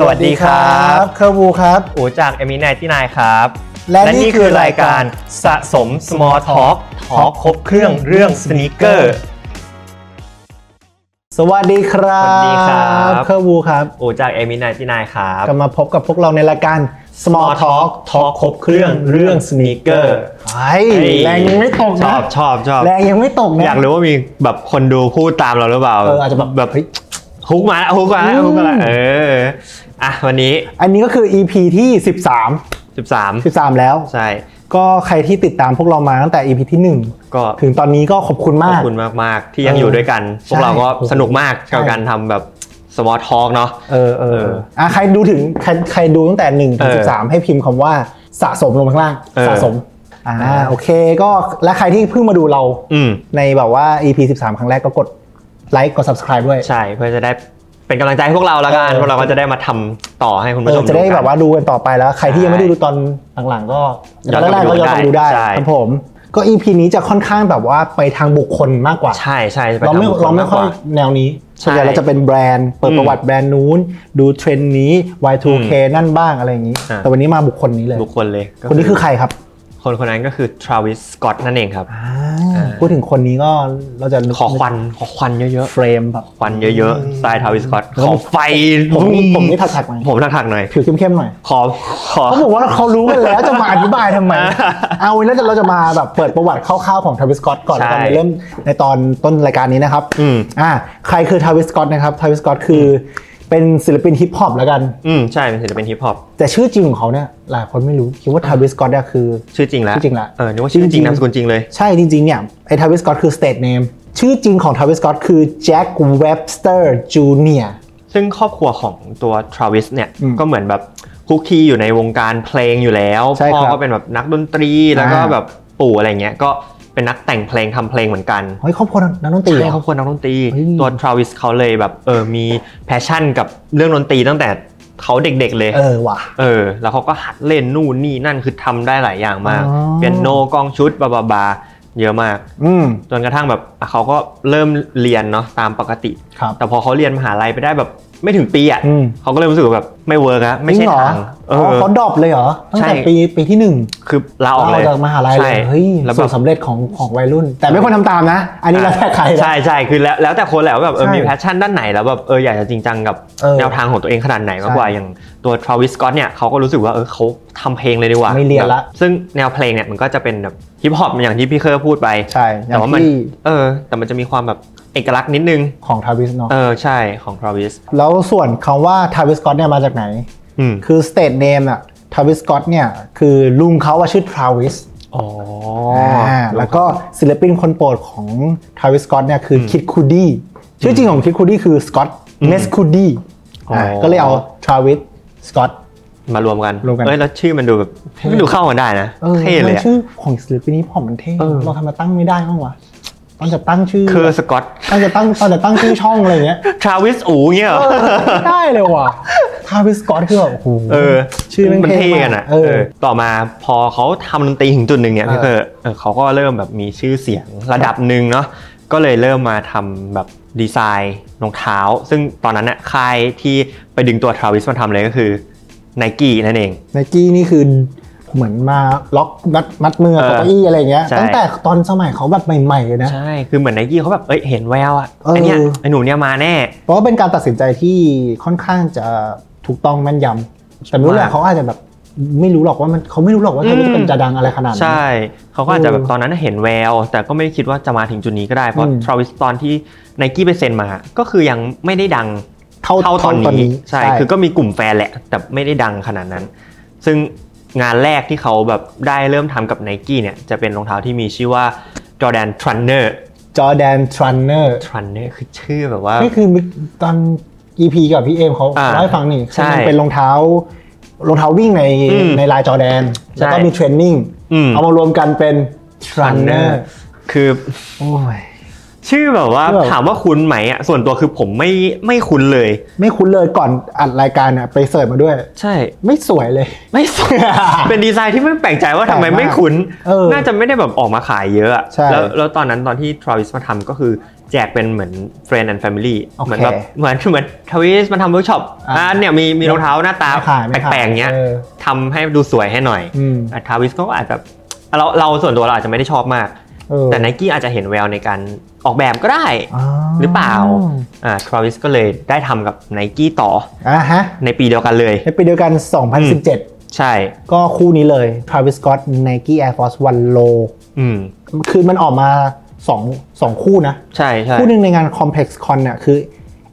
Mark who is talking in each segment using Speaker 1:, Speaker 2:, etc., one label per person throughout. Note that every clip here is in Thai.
Speaker 1: สวัสดีครับ
Speaker 2: เคอร์บูครับ
Speaker 1: อูจากเอมินายที่นายครับ
Speaker 2: และนี่คือรายการ
Speaker 1: สะสม small talk ทอครบเครื่องเรื่องสนิเกอร์
Speaker 2: สวัสดีครับ
Speaker 1: สวัสดีครับ
Speaker 2: เคอร์บูครับ
Speaker 1: อูจากเอมินายที่นายครับ
Speaker 2: กลับมาพบกับพวกเราในรายการ Small Talk
Speaker 1: Talk ครบเครื่องเรื่อง sneaker
Speaker 2: ไอ้
Speaker 1: เฮ้ย
Speaker 2: แรงยังไม่ตก
Speaker 1: ช
Speaker 2: นะ
Speaker 1: อบชอบชอบ
Speaker 2: แรงยังไม่ตกนะ
Speaker 1: อยากรู้ว่ามีแบบคนดูพูดตามเราหรือเปล่า
Speaker 2: เอออาจจะแบบ
Speaker 1: แบบฮุกมาแล้วฮุกมาแล้ว
Speaker 2: อืม
Speaker 1: ฮุกมาแล้วเอออ่ะวันนี้
Speaker 2: อันนี้ก็คือ EP ที่ 13
Speaker 1: 13
Speaker 2: 13 แล้ว
Speaker 1: ใช่
Speaker 2: ก็ใครที่ติดตามพวกเรามาตั้งแต่ EP ที่
Speaker 1: ก็
Speaker 2: 1 ถึงตอนนี้ก็ขอบคุณ
Speaker 1: ขอ
Speaker 2: มา
Speaker 1: บ
Speaker 2: ก
Speaker 1: คุณมาก ๆ ที่ยังอยู่ด้วยกัน พวกเราก็สนุกมากกับการทำแบบ small talk เนาะ
Speaker 2: เออเออ
Speaker 1: เออ
Speaker 2: อ่ะใครดูถึงใครใครดูตั้งแต่1ถึง
Speaker 1: เออ
Speaker 2: 13 ให้พิมพ์คำว่าสะสมลงมาข้างล่าง
Speaker 1: เออ
Speaker 2: สะสมอ่าโอเคก็และใครที่เพิ่งมาดูเรา
Speaker 1: อืม
Speaker 2: ในแบบว่า EP 13 ครั้งแรกก็กดไลค์กด subscribe ด้วย
Speaker 1: ใช่เพื่อจะได้เป็นกำลังใจให้พวกเราละกัน
Speaker 2: เออ
Speaker 1: พวกเราก็จะได้มาทำต่อให้คุณ
Speaker 2: เอ
Speaker 1: ผู้ช
Speaker 2: อ
Speaker 1: ม
Speaker 2: จะได้
Speaker 1: กัน
Speaker 2: แบบว่าดูกันต่อไปแล้ว ใครที่ยังไม่ได้ดูตอนหลังๆ ก็
Speaker 1: ย้อนกลับ
Speaker 2: แร
Speaker 1: ไป
Speaker 2: กๆก็ย้อนกลับไป
Speaker 1: ดู
Speaker 2: ดู
Speaker 1: ได้
Speaker 2: ได้
Speaker 1: ใช่
Speaker 2: ครับผมก็ EP นี้จะค่อนข้างแบบว่าไปทางบุคคลมากกว่า
Speaker 1: ใช่ใช่จะไป
Speaker 2: เราไม่
Speaker 1: ทำบุคคล
Speaker 2: เราไม่
Speaker 1: ก
Speaker 2: ค่
Speaker 1: ก
Speaker 2: อย
Speaker 1: ว่า
Speaker 2: แนวนี้
Speaker 1: ใช่
Speaker 2: ส่วนใหญ่เราจะเป็นแบรนด์เปิด
Speaker 1: อืม
Speaker 2: ประวัติแบรนด์นู้น ดูเทรนด์นี้ Y2K นั่นบ้างอะไรอย่างนี้
Speaker 1: อ่า
Speaker 2: แต่วันนี้มาบุคคลนี้เลย
Speaker 1: บุคคลเลยก็
Speaker 2: คนนี้คือใครครับ
Speaker 1: คนคนนั้นก็คือทราวิสสกอตนั่นเองครับ
Speaker 2: อ่าพูดถึงคนนี้ก็เราจะนึก
Speaker 1: ขอควันขอควันเยอะ
Speaker 2: เฟรมแบบ
Speaker 1: ๆควันเยอะๆสไตล์ทราวิสสกอต
Speaker 2: แล้ว
Speaker 1: ขอไฟ
Speaker 2: ผมนี่
Speaker 1: บึ้
Speaker 2: ผมนี่ถักๆหน่อย
Speaker 1: ผมถักๆหน่อย
Speaker 2: ผิวเข้มๆหน่อย
Speaker 1: ขอขอ
Speaker 2: เขาบอกว่าเขารู้กันแล้วจะมาอธิบายทำไม เอาวันนี้เราจะมาแบบเปิดประวัติคร่าวๆของทาวิสก o ตก่อน
Speaker 1: ใช่
Speaker 2: แล้วกันในเริ่มในตอนต้นรายการนี้นะครับ
Speaker 1: อืม
Speaker 2: อ่าใครคือทาวิสก o ตนะครับทาวิสก o ตคือเป็นศิลปินฮิปฮอปแล้วกัน
Speaker 1: อืมใช่เป็นศิลปินฮิปฮอป
Speaker 2: แต่ชื่อจริงของเขาเนี่ยหลายคนไม่รู้ คิดว่าทาวิสก o ตเนี่ยคือ
Speaker 1: ชื่อจริงแล้ว
Speaker 2: ชื่อจริงแล้ว
Speaker 1: เออนึกว่าชื่อจริงนามสกุลจริงเลย
Speaker 2: ใช่จริงๆเนี่ยไอ้ทาวิสก o ตคือ state name ชื่อจริงของทาวิสก o ตคือแจ็คเวบสเตอร์จูเนีย
Speaker 1: ซึ่งครอบครัวของตัวทราวิสเนี่ย
Speaker 2: อืม
Speaker 1: ก็เหมือนแบบคลุกคลีอยู่ในวงการเพลงอยู่แล้ว
Speaker 2: ใช่ครับ
Speaker 1: พ่อก็เป็นแบบนักดนตรีแล้วก็
Speaker 2: อ่า
Speaker 1: แบบปู่อะไรเงี้ยก็เป็นนักแต่งเพลงทำเพลงเหมือนกัน
Speaker 2: เฮ้ยครอบครัวนักดนตรีเหร
Speaker 1: ใช่
Speaker 2: อ
Speaker 1: ครอบครัวนักดนตรี
Speaker 2: เฮ้ย
Speaker 1: ตัวทราวิสเขาเลยแบบเออมีแพชชั่นกับเรื่องดนตรีตั้งแต่เขาเด็กๆเลย
Speaker 2: เออว่ะ
Speaker 1: เออแล้วเขาก็หัดเล่นนู่นนี่นั่นคือทำได้หลายอย่างมาก
Speaker 2: อ๋อ
Speaker 1: เปียโนกลองชุดบาบาบาเยอะมาก
Speaker 2: อืม
Speaker 1: จนกระทั่งแบบอ่ะเขาก็เริ่มเรียนเนาะตามปกติ
Speaker 2: ครับ
Speaker 1: แต่พอเขาเรียนมหาลัยไปได้แบบไม่ถึงปีอ่ะ
Speaker 2: อืม
Speaker 1: เขาก็เลยรู้สึกว่าแบบไม่เวิร์กอะไม่
Speaker 2: จ
Speaker 1: ใช่
Speaker 2: ริงเหรอ
Speaker 1: ทางเอ
Speaker 2: อ๋อ
Speaker 1: อ
Speaker 2: เขาดรอปเลยเหรอตั้งแต่
Speaker 1: ใช่
Speaker 2: ปีปีที่หนึ่ง
Speaker 1: คือลาออกเลย
Speaker 2: เราจากมหาลัยเล
Speaker 1: ใช่
Speaker 2: ยเฮ้ย
Speaker 1: แล้วแบ
Speaker 2: สู
Speaker 1: บ
Speaker 2: ตรสำเร็จของของวัยรุ่น แต่ไม่ควรทำตามนะ อันนี้แล้วแต่ใครนะ
Speaker 1: ใช่ใช่คือแล้วแล้วแต่คนแหละว่าแบบเออ
Speaker 2: ใช่
Speaker 1: มีแพชชั่นด้านไหนแล้วแบบเอออยากจะจริงจังกับ
Speaker 2: เออ
Speaker 1: แนวทางของตัวเองขนาดไหนมากกว่าอย่างตัวทราวิสก็อตเนี่ยเขาก็รู้สึกว่าเออเขาทำเพลงเลยดีกว่า
Speaker 2: ไม่เรียนละ
Speaker 1: แบบซึ่งแนวเพลงเนี่ยมันก็จะเป็นแบบฮิปฮอปอย่างที่พี่เคอร์พูดไป
Speaker 2: ใช่อ
Speaker 1: แต่
Speaker 2: ย่าง
Speaker 1: ว่ามัน
Speaker 2: ที่
Speaker 1: เออ แต่มันจะมีความแบบเอกลักษณ์นิดนึง
Speaker 2: ของทาวิสเนาะ
Speaker 1: เออใช่ของทราวิส
Speaker 2: แล้วส่วนคำว่าทาวิสก o อตเนี่ยมาจากไหน
Speaker 1: อืม
Speaker 2: คือ state name อะทาวิสก o อตเนี่ย คือลุงเขาว่าชื่อทราวิส
Speaker 1: อ๋อ
Speaker 2: อ่าแล้วก็ศิลปินคนโปรดของทาวิสก o อตเนี่ยคือคิดคูดี้ชื่อจริงของคิดคูดี้คือสกอตเมสคูดี้ก็เลยเอาทราวิสสกอต
Speaker 1: มารวมกัน
Speaker 2: รวมกัน
Speaker 1: เอ้ยแล้วชื่อมันดูแบบไม่ดูเข้ากันได้นะเท่เลยอะ
Speaker 2: ชื่อของศิลปินนี้ผมมันเท่
Speaker 1: เออ
Speaker 2: เราทำไมาตั้งไม่ได้บ้างวะตอนจะตั้งชื่อ
Speaker 1: คือสกอต
Speaker 2: ตอนจะตั้งตอนจะตั้งชื่อช่องอะไรเงี้ย
Speaker 1: ทราวิสอูเงี้ยเหรอ
Speaker 2: ไม่ได้เลยว่ะทาวิสกอตคือแบบโอ้โห
Speaker 1: เออ
Speaker 2: ชื่อแม่ง
Speaker 1: มันเท่
Speaker 2: เท่มาก
Speaker 1: กันอ่ะ
Speaker 2: เออ
Speaker 1: เออต่อมาพอเขาทำดนตรีถึงจุดหนึ่งเนี่ย
Speaker 2: เออ
Speaker 1: พี่เตอร์เออเขาก็เริ่มแบบมีชื่อเสียงระดับหนึ่งเนาะก็เลยเริ่มมาทำแบบดีไซน์รองเท้า ซึ่งตอนนั้นเนี่ยค่ายที่ไปดึงตัวทราวิสมาทำเลยก็คือไนกี้นั่นเอง
Speaker 2: ไนกี้นี่คือเหมือนมาล็อกมัดมัดมือกับเก้าอี้อะไรเงี้ย
Speaker 1: ใช่
Speaker 2: ตั้งแต่ตอนสมัยเขาแบบใหม่ๆเลยนะ
Speaker 1: ใช่ คือเหมือนไนกี้เขาแบบเอ้ยเห็นแววอ่ะ
Speaker 2: เออ
Speaker 1: ไอเนี้ยไอหนูเนี่ยมาแน่
Speaker 2: เพราะว่าเป็นการตัดสินใจที่ค่อนข้างจะถูกต้องแม่นยำแต่ไม่รู้แหละ
Speaker 1: มาก
Speaker 2: เขาอาจจะแบบไม่รู้หรอกว่ามันเขาไม่รู้หรอกว่าทาวิสมันจะดังอะไรขนาดนั้น
Speaker 1: ใช่เขาก็อาจจะแบบตอนนั้นเห็นแวว แต่ก็ไม่ได้คิดว่าจะมาถึงจุดนี้ก็ได้เพราะ
Speaker 2: อืม
Speaker 1: ทราวิสตอนที่ไนกี้ไปเซ็นมาก็คือยังไม่ได้ดัง
Speaker 2: เท่า
Speaker 1: เท่าตอน
Speaker 2: เท่า
Speaker 1: นี้ใช่คือก็มีกลุ่มแฟนแหละ แต่ไม่ได้ดังขนาดนั้น ซึ่งงานแรกที่เขาแบบได้เริ่มทำกับ n นกี้เนี่ย จะเป็นรองเท้าที่มีชื่อว่า Jordan Trunner
Speaker 2: จอร์แดนทรันเนอร์
Speaker 1: Trunner คือชื่อแบบว่า
Speaker 2: นี่คือตอน EP กับพี่เอมเขา
Speaker 1: อ่า
Speaker 2: เล่าให้ฟังนี่
Speaker 1: ใช่
Speaker 2: คือมันเป็นรองเท้ารองเท้าวิ่งใน
Speaker 1: อืม
Speaker 2: ในลายจอแดน
Speaker 1: ใช่
Speaker 2: แล้วก็มีเทรนนิ่ง
Speaker 1: อืม
Speaker 2: เอามารวมกันเป็นทรันเนอ
Speaker 1: Trunner
Speaker 2: ร์
Speaker 1: คือ
Speaker 2: โอ้ย
Speaker 1: ชื่อแบบว่า
Speaker 2: ชื่อแบบ
Speaker 1: ถามว่าคุ้นไหมอ่ะส่วนตัวคือผมไม่ไม่คุ้นเลย
Speaker 2: ไม่คุ้นเลยก่อนอัดรายการอะไปเสิร์ชมาด้วย
Speaker 1: ใช่
Speaker 2: ไม่สวยเลย
Speaker 1: ไม่สวย เป็นดีไซน์ที่ไม่แปลกใจว่าทำไม
Speaker 2: แปลกมาก
Speaker 1: ไม่คุ้น
Speaker 2: เออ
Speaker 1: น่าจะไม่ได้แบบออกมาขายเยอะอะ
Speaker 2: ใช่
Speaker 1: แล้วแล้วตอนนั้นตอนที่ทร a วิสมาทำก็คือ แจกเป็นเหมือน friend and family
Speaker 2: โอเค
Speaker 1: เหมือนแบบเหมือนเหมือนทวิสมันทำเวิร์กช็อป
Speaker 2: อ่า
Speaker 1: อ่าเนี่ยมีมีรองเท้าหน้าตา
Speaker 2: ไม่ขายไม่ขาย
Speaker 1: แปลกๆเงี้ย
Speaker 2: ออ
Speaker 1: ทำให้ดูสวยให้หน่อย
Speaker 2: อืม
Speaker 1: ทวิสก็อาจจะเราเราส่วนตัวเราอาจจะไม่ได้ชอบมาก
Speaker 2: เออ
Speaker 1: แต่ไนกี้อาจจะเห็นแววในการออกแบบก็ได้
Speaker 2: อ๋อ
Speaker 1: หรือเปล่า อ่าทวิสก็เลยได้ทำกับไนกี้ต่อ
Speaker 2: อ่าฮะ
Speaker 1: ในปีเดียวกันเลย
Speaker 2: ในปีเดียวกัน 2017
Speaker 1: ใช่
Speaker 2: ก็คู่นี้เลย Travis Scott Nike Air Force One Low
Speaker 1: อืม
Speaker 2: คือมันออกมาสองสองคู่นะ
Speaker 1: ใช่ใช่
Speaker 2: คู่หนึ่งในงาน Complex Con เนี่ยคือ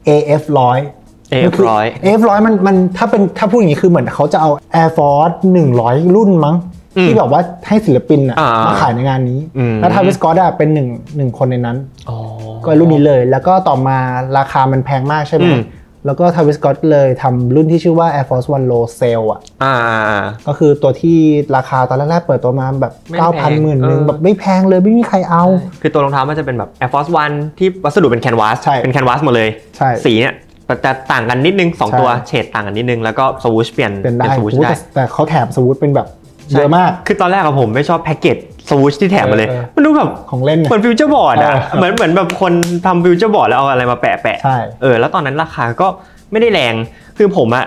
Speaker 2: AF 100
Speaker 1: AF 100
Speaker 2: AF 100มันมันถ้าเป็นถ้าพูดอย่างนี้คือเหมือนเขาจะเอา Air Force 100 รุ่นมั้ง
Speaker 1: อืม
Speaker 2: ที่แบบว่าให้ศิลปินอะ
Speaker 1: อ่าม
Speaker 2: มาขายในงานนี้
Speaker 1: อืม
Speaker 2: แล้วทาวิสกอตอะเป็นหนึ่งหนึ่งคนในนั้น
Speaker 1: อ๋อ
Speaker 2: ก็รุ่นนี้เลย แล้วก็ต่อมาราคามันแพงมากใช่ไหม
Speaker 1: อืม
Speaker 2: แล้วก็ทาวิสกอตเลยทำรุ่นที่ชื่อว่า Air Force One Low Sale อะ
Speaker 1: อ่าอ่าอ่า
Speaker 2: ก็คือตัวที่ราคาตอนแรกๆเปิดตัวมาแบบ
Speaker 1: ไม่แพง
Speaker 2: 9,000หมื่นหนึ่ง
Speaker 1: เออ
Speaker 2: แบบไม่แพงเลยไม่มีใครเอา
Speaker 1: คือตัวรองเท้ามันจะเป็นแบบ Air Force One ที่วัสดุเป็นแคนวาส
Speaker 2: ใช่
Speaker 1: เป็นแคนวาสหมดเลย
Speaker 2: ใช่
Speaker 1: สีเนี่ยแต่แต่ต่างกันนิดนึง
Speaker 2: ใช่
Speaker 1: 2 ตัวเฉดต่างกันนิดนึง แล้วก็สวูชเปลี่ยน
Speaker 2: เป็นได้
Speaker 1: สวูช
Speaker 2: โอ้โห
Speaker 1: ได้
Speaker 2: แต่แต่เขาแถมสวูทเป็นแบบ
Speaker 1: ใช่
Speaker 2: เยอะมาก
Speaker 1: คือตอนแรกอะผมไม่ชอบแพ็กเกจสวูชที่แถมมาเลย
Speaker 2: เออเออ
Speaker 1: มันดูแบบ
Speaker 2: ของเล่น
Speaker 1: เหมื
Speaker 2: เนี่
Speaker 1: อย นฟิวเจอร์บอร์ดอะ
Speaker 2: เออ
Speaker 1: เหมือนเหมือนแบบคนทำฟิวเจอร์บอร์ดแล้วเอาอะไรมาแปะแปะ
Speaker 2: ใช่
Speaker 1: เออแล้วตอนนั้นราคาก็ไม่ได้แรง คือผมอะ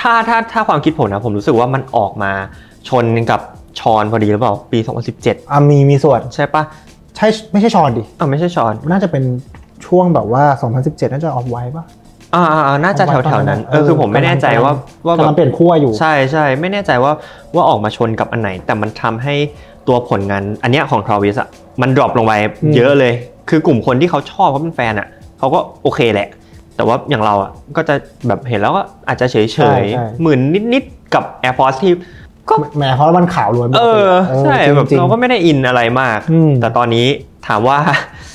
Speaker 1: ถ้าถ้าถ้าความคิดผมนะ ผมรู้สึกว่ามันออกมาชนกับชอนพอดีหรือเปล่าปี 2017
Speaker 2: อ่ะมีมีส่วน
Speaker 1: ใช่ปะ
Speaker 2: ใช่ไม่ใช่ชอนดิ
Speaker 1: อ่าวไม่ใช่ชอน
Speaker 2: น่าจะเป็นช่วงแบบว่า 2017 น่าจะออฟไว้ป่ะ
Speaker 1: อ่าๆๆน่าจะแถวๆนั้น เออคือผมไม่แน่ใจว่าว่าแบ
Speaker 2: กำลั
Speaker 1: บ
Speaker 2: งเปลี่ยนขั้วอยู่
Speaker 1: ใช่ใช่ไม่แน่ใจว่าว่าออกมาชนกับอันไหน แต่มันทำให้ตัวผลงานอันเนี้ยของทราวิสอะมันดรอปลงไป
Speaker 2: อืม
Speaker 1: เยอะเลย คือกลุ่มคนที่เขาชอบเขาเป็นแฟนอะเขาก็โอเคแหละ แต่ว่าอย่างเราอะก็จะแบบเห็นแล้วก็อาจจะเฉยเฉยๆหมื่นนิดๆกับ Air Force ที่ก็
Speaker 2: แหมเพราะว่ามันขาวล้วน
Speaker 1: เออใช่
Speaker 2: จงๆ
Speaker 1: แบบเราก็ไม่ได้อินอะไรมาก
Speaker 2: อืม
Speaker 1: แต่ตอนนี้ถามว่า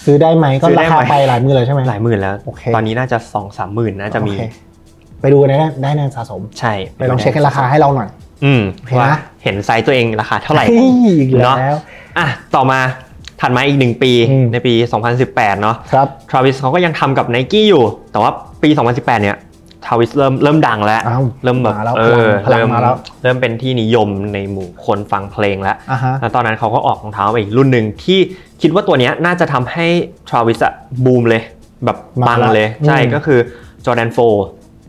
Speaker 2: ซื้อได้ไหมก็
Speaker 1: ซื้อได้
Speaker 2: รา
Speaker 1: ไหม
Speaker 2: คาไปหลายหมื่นเลยใช่ไหม
Speaker 1: หลายหมื่นแล้ว
Speaker 2: โอเค
Speaker 1: ตอนนี้น่าจะสองสามหมื่นน่าจะมี
Speaker 2: โอเคไปดูกันได้นะได้แนนสะสม
Speaker 1: ใช่
Speaker 2: ไปลองเช็คให้ราคาให้เราหน่อย
Speaker 1: อืม
Speaker 2: เห็นไหม
Speaker 1: ว่าเห็นไซส์ตัวเองราคาเท่าไหร่
Speaker 2: ฮ้ยอีกแล้
Speaker 1: เนาะ
Speaker 2: ว
Speaker 1: อ่ะ ต่อมาถัดมาอีก 1 ปี
Speaker 2: อืม
Speaker 1: ในปี 2018 เนาะ
Speaker 2: ครับ
Speaker 1: ทราวิสเขาก็ยังทำกับไนกี้อยู่ แต่ว่าปี 2018 เนี่ยทราวิสเริ่มเริ่มดังแล้ว
Speaker 2: อ้าว
Speaker 1: เริ่มแบบ
Speaker 2: มาแล้ว
Speaker 1: เออ
Speaker 2: พลัง
Speaker 1: เริ่
Speaker 2: พลัง
Speaker 1: ม
Speaker 2: มาแล้ว
Speaker 1: เริ่มเป็นที่นิยมในหมู่คนฟังเพลงแล้ว
Speaker 2: อ่ะฮะ
Speaker 1: แล้วตอนนั้นเขาก็ออกรองเท้ามาอีกรุ่นหนึ่งที่คิดว่าตัวเนี้ยน่าจะทำให้ทราวิสอะบูมเลย แบบปัง
Speaker 2: มาแล้ว
Speaker 1: เลย ใช่
Speaker 2: อืม
Speaker 1: ก็คือจอร์แดนโฟ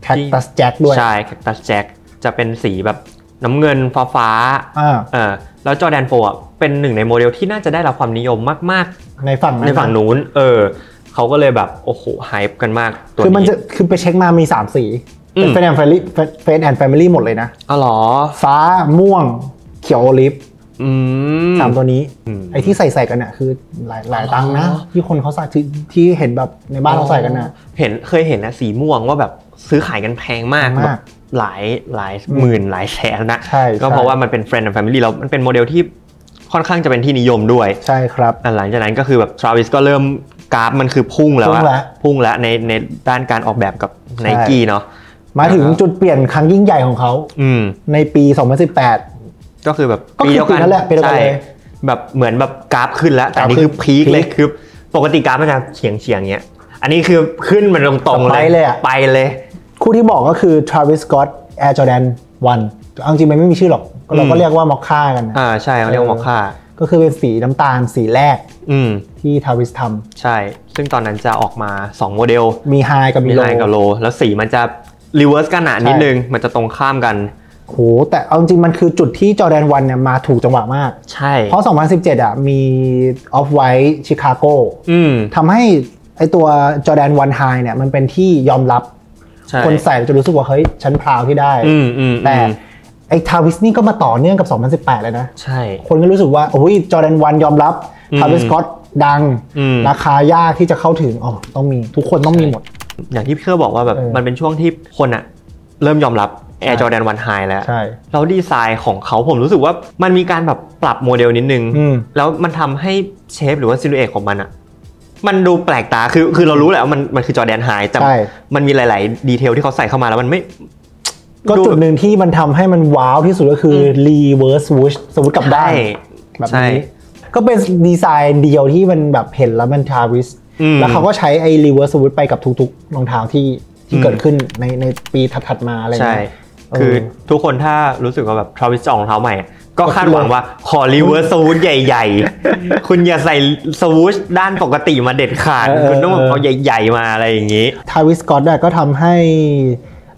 Speaker 2: แคคตัสแจ็คด้วย
Speaker 1: ใช่แคคตัสแจ็คจะเป็นสีแบบน้ำเงินฟ้าฟ้าๆ
Speaker 2: อ่า
Speaker 1: เออแล้วจอแดนโฟอ่ะเป็นหนึ่งในโมเดลที่น่าจะได้รับความนิยมมาก
Speaker 2: ในฝั่ง
Speaker 1: ๆ ในฝั่งนู้น เออเขาก็เลยแบบ โอ้โหไฮป์กันมากตัวนี้
Speaker 2: คือมันจะคือไปเช็คมามีสามสี
Speaker 1: อืม
Speaker 2: เฟนแอนด์แฟมิลี่เฟนแอนด์แฟมิลี่หมดเลยนะ
Speaker 1: อ๋อเหรอ
Speaker 2: ฟ้าม่วงเขียวโอลิฟ
Speaker 1: อืม
Speaker 2: สามตัวนี้
Speaker 1: อืม
Speaker 2: ไอ้ที่ใส่ใส่ๆกันน่ะคือหลายหลายตังค์นะ
Speaker 1: อ๋อ
Speaker 2: ที่คนเขาใส่ที่ที่เห็นแบบในบ้านเราใส่กันน่ะ
Speaker 1: เห็นเคยเห็นนะสีม่วงว่าแบบซื้อขายกันแพงมาก
Speaker 2: แพงมาก
Speaker 1: แบบหลายหลายหมื่นหลายแสนนะ
Speaker 2: ใช่
Speaker 1: ก็
Speaker 2: ใช่
Speaker 1: เพราะว่ามันเป็น friend and family แล้วมันเป็นโมเดลที่ค่อนข้างจะเป็นที่นิยมด้วย
Speaker 2: ใช่ครับ
Speaker 1: อ่ะหลังจากนั้นก็คือแบบทราวิสก็เริ่มกราฟมันคือพุ่งแล้วอะ
Speaker 2: พุ่งแล้ว
Speaker 1: พุ่งแล้วในในด้านการออกแบบกับไนกี้เนาะ
Speaker 2: มาถึงจุดเปลี่ยนครั้งยิ่งใหญ่ของเขา
Speaker 1: อืม
Speaker 2: ในปี 2018
Speaker 1: ก็คือแบบ
Speaker 2: ก็คือปีนั้นแหละปีเดียวกัน
Speaker 1: ใช่
Speaker 2: เลย
Speaker 1: แบบเหมือนแบบกราฟขึ้นแล้ว แต่อันนี้
Speaker 2: กราฟขึ้น
Speaker 1: คือพีคเลย
Speaker 2: พีค
Speaker 1: คือปกติกราฟมันจะเฉียงเฉียงๆเงี้ย อันนี้คือขึ้นมันตรงตรงๆ
Speaker 2: ไปเลยอะ
Speaker 1: ไปเลย
Speaker 2: คู่ที่บอกก็คือ Travis Scott Air Jordan 1เอาจริงๆมันไม่มีชื่อหรอก เราก็
Speaker 1: อืม
Speaker 2: เรียกว่ามอคค่ากันนะ
Speaker 1: อ่าใช่เขาเรียกว่ามอคค่า
Speaker 2: ก็คือเป็นสีน้ำตาลสีแรก
Speaker 1: อืม
Speaker 2: ที่ทาวิสท
Speaker 1: ใช่ ซึ่งตอนนั้นจะออกมา 2 โมเดล
Speaker 2: ำมีไฮกับ
Speaker 1: มี
Speaker 2: มีโล
Speaker 1: ไลน์กับโล แล้วสีมันจะรีเวิร์สกันหนานิดนึง มันจะตรงข้ามกัน
Speaker 2: โหแต่เอาจริงๆมันคือจุดที่จอแดนวันเนี่ยมาถูกจังหวะมาก
Speaker 1: ใช่
Speaker 2: เพราะ 2017 อ่ะ มีออฟไวท์ชิคาโก
Speaker 1: อืม
Speaker 2: ทำให้ไอตัวจอแดนวันไฮเนี่ยมันเป็นที่ยอมรับ
Speaker 1: ใช่
Speaker 2: คนใส่จะรู้สึกว่า เฮ้ย ฉันพราวที่ได้
Speaker 1: อืมอืม
Speaker 2: แต่
Speaker 1: อืม
Speaker 2: ไอทาวิสนี่ก็มาต่อเนื่องกับ 2018 เลยนะ
Speaker 1: ใช่
Speaker 2: คนก็รู้สึกว่า โอ้ยจอแดนวันยอมรับ
Speaker 1: อืม
Speaker 2: ทาวิสก็อตดัง
Speaker 1: อืม
Speaker 2: ราคายากที่จะเข้าถึงอ๋อต้องมีทุกคนต้องมีหมด
Speaker 1: อย่างที่พี่เคอร์บอกว่าแบบ
Speaker 2: เออ
Speaker 1: มันเป็นช่วงที่คนอะเริ่มยอมรับแอร์จอแดนวันไฮแล้ว
Speaker 2: ใช่
Speaker 1: แล้วดีไซน์ของเขาผมรู้สึกว่ามันมีการแบบปรับโมเดลนิดนึง
Speaker 2: อืม
Speaker 1: แล้วมันทำให้เชฟหรือว่าซิลูเอทของมันอะมันดูแปลกตาคือคือเรารู้แหละว่ามันมันคือจอแดนไฮแต่
Speaker 2: ใช่
Speaker 1: มันมีหลาย ๆ ดีเทลที่เขาใส่เข้ามาแล้วมันไม่
Speaker 2: ก็จุดหนึ่งที่มันทำให้มันว้าวที่สุดก็คือรีเวิร์สวูชสมมติกลับด้าน
Speaker 1: ใช่
Speaker 2: แบบ
Speaker 1: ใช่
Speaker 2: นี้ก็เป็นดีไซน์เดียวที่มันแบบเห็นแล้วมันทาวิส
Speaker 1: อืม
Speaker 2: แล้วเขาก็ใช้ไอ้รีเวิร์สวูชไปกับทุกๆรองเท้าที่ที่
Speaker 1: อืม
Speaker 2: เกิดขึ้นในในปีถัดๆมาอะไรอย่าง
Speaker 1: ใช่
Speaker 2: เงี้ย
Speaker 1: คือ
Speaker 2: เออ
Speaker 1: ทุกคนถ้ารู้สึกว่าแบบทราวิสจะออกรองเท้าใหม่อะก็ ก็คาดหวังว่าขอรีเวิร์สสวูทใหญ่ ๆ คุณอย่าใส่สวูทด้านปกติมาเด็ดขาด
Speaker 2: เออเออ
Speaker 1: คุณต้องแบบเอาใหญ่ ๆ มาอะไรอย่างนี้
Speaker 2: ทาวิสกอตเนี่ยก็ทำให้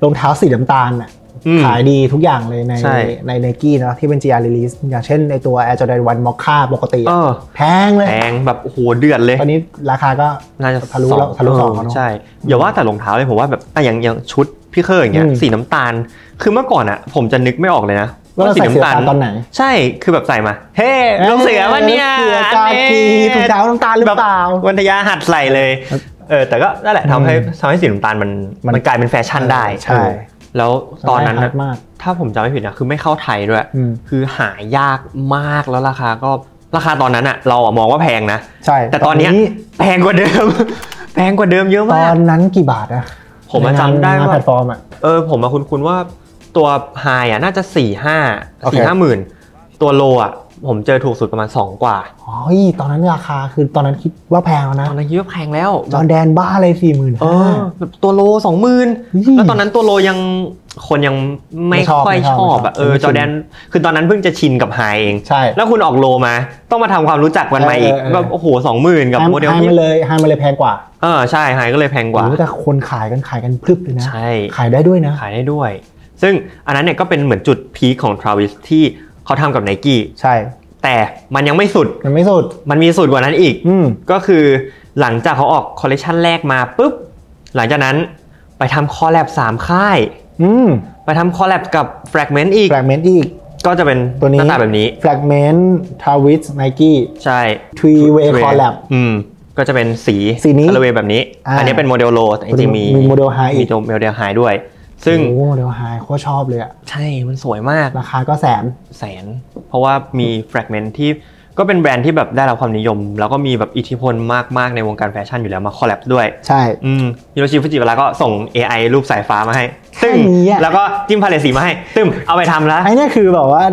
Speaker 2: รองเท้าสีน้ำตาลน่ะ
Speaker 1: อืม
Speaker 2: ขายดีทุกอย่างเลยใน
Speaker 1: ใช่
Speaker 2: ในไนกี้เนาะที่เป็น GR release อย่างเช่นในตัว Air Jordan 1 Mokka ปกติ
Speaker 1: เอ
Speaker 2: อะ
Speaker 1: อ
Speaker 2: แพงเลย
Speaker 1: แพงแบบโอ้โหเดือดเลย
Speaker 2: ตอนนี้ราคาก็
Speaker 1: น่าจะ
Speaker 2: ทะลุแล้วทะลุสองแล้วเนอะ
Speaker 1: ใช่อย่าว่าแต่รองเท้าเลยผมว่าแบบอ่ะอย่างอย่างชุดพี่เคอร์อย่างเงี้ย
Speaker 2: อืม
Speaker 1: สีน้ำตาล คือเมื่อก่อนอ่ะ ผมจะนึกไม่ออกเลยนะ
Speaker 2: ว่าเราใส่เสื้อตาลตอนไหน
Speaker 1: ใช่คือแบบใส่มา เฮ้ลงเสือวันเนี้ย
Speaker 2: เสือกากีถุงเท้าน้ำตาลหรือเปล่า
Speaker 1: วันทยาหัดใส่เลยเออแต่ก็นั่นแหละทำให้ทำให้สีน้ำตาลมัน
Speaker 2: มัน
Speaker 1: มันกลายเป็นแฟชั่นได้เอ
Speaker 2: ใช่
Speaker 1: อแล้วตอนนั้น
Speaker 2: ทำ
Speaker 1: น่ะ
Speaker 2: ให้ฮาร์ดมาก
Speaker 1: ถ้าผมจำไม่ผิดนะคือไม่เข้าไทยด้วย
Speaker 2: อืม
Speaker 1: คือหายากมากแล้วราคาก็ราคาตอนนั้นอ่ะ เราอะมองว่าแพงนะ
Speaker 2: ใช่
Speaker 1: แต่ตอนเนี้ยแพงกว่าเดิม แพงกว่าเดิมเยอะ
Speaker 2: ต
Speaker 1: มาก
Speaker 2: อนนั้นกี่บาทนะ
Speaker 1: ผมอะจำได้
Speaker 2: ในงน
Speaker 1: ว่า
Speaker 2: แพลตฟอร์มอ่ะ
Speaker 1: เออผมมาคุณคุณว่าตัวไฮอ่ะน่าจะสี่ห้า
Speaker 2: โอเค
Speaker 1: สี่ห้าหมื่นตัวโลอ่ะผมเจอถูกสุดประมาณ 2 กว่า
Speaker 2: อ๋อตอนนั้นราคาคือตอนนั้นคิดว่าแพงแล้
Speaker 1: ต
Speaker 2: วนะ
Speaker 1: อนนั้นคิดว่าแพงแล้ว
Speaker 2: จอร์แดนบ้าอะไรสี่หมื่น
Speaker 1: เออแบบตัวโลสองหมื่นแล้วตอนนั้นตัวโลยังคนยังไม่
Speaker 2: ไม่ชอบ
Speaker 1: ค่อย
Speaker 2: ไม่ช
Speaker 1: ช
Speaker 2: อบ
Speaker 1: อบอ่ะ
Speaker 2: ไม่ชอบ
Speaker 1: เออ
Speaker 2: ไม่ชิน
Speaker 1: จอร์แดนคือตอนนั้นเพิ่งจะชินกับไฮเอง
Speaker 2: ใช่
Speaker 1: แล้วคุณออกโลมา ต้องมาทำความรู้จักมันใหม่อีก
Speaker 2: เออเออ
Speaker 1: แบบโอ้โหสองหมื่นกับ
Speaker 2: ไฮ
Speaker 1: โมเดล
Speaker 2: ไฮ
Speaker 1: ที่
Speaker 2: มาเลยไฮมาเลยแพงกว่า
Speaker 1: เออใช่ไฮก็เลยแพงกว่า
Speaker 2: โอ้แต่คนขายกันขายกันพรึบเลยนะ
Speaker 1: ใช่
Speaker 2: ขายได้ด้วยนะ
Speaker 1: ขายได้ด้วย ซึ่งอันนั้นเนี่ยก็เป็นเหมือนจุดพีคของทราวิสที่เขาทำกับไนกี้
Speaker 2: ใช่
Speaker 1: แต่มันยังไม่สุด
Speaker 2: มันไม่สุด
Speaker 1: มันมีสุดกว่านั้นอีก
Speaker 2: อืม
Speaker 1: ก็คือหลังจากเขาออกคอลเลคชันแรกมาปุ๊บ หลังจากนั้นไปทำคอลแลบสามค่าย
Speaker 2: อืม
Speaker 1: ไปทำคอลแลบกับ Fragment อีก
Speaker 2: แฟกเมนต์อีก
Speaker 1: ก็จะเป็น
Speaker 2: ตัวนี้
Speaker 1: หน้าตาแบบนี้
Speaker 2: แฟกเมนต์ทาวิสไนกี้
Speaker 1: ใช่
Speaker 2: ทรีเวย์
Speaker 1: ทรี
Speaker 2: c o l l a b
Speaker 1: อืม ก็จะเป็นสี
Speaker 2: สีนี้
Speaker 1: อลเวแบบนี้
Speaker 2: อ่า
Speaker 1: อันนี้เป็นโมเดลโลแต่จริงๆมี
Speaker 2: มีโมเดล high อีก
Speaker 1: มีโมเดลไฮด้วย ซึ่ง
Speaker 2: โอ้โหเดี๋ยวหายโคตรชอบเลยอะ
Speaker 1: ใช่มันสวยมาก
Speaker 2: ราคาก็แสน
Speaker 1: แสน เพราะว่ามี Fragment ที่ก็เป็นแบรนด์ที่แบบได้รับความนิยม แล้วก็มีแบบอิทธิพลมาก ๆ ในวงการแฟชั่นอยู่แล้วมาคอลแลบด้วย
Speaker 2: ใช่
Speaker 1: อืมฮิโรชิฟูจิเวลาก็ส่ง AI รูปสายฟ้ามาให้ตึ้ง
Speaker 2: แค่นี้อะ
Speaker 1: แล้วก็จิ้มพาเลตสีมาให้ ตึ้มเอาไปทำแล้ว
Speaker 2: ไอ้เนี่ยคือแบบว่า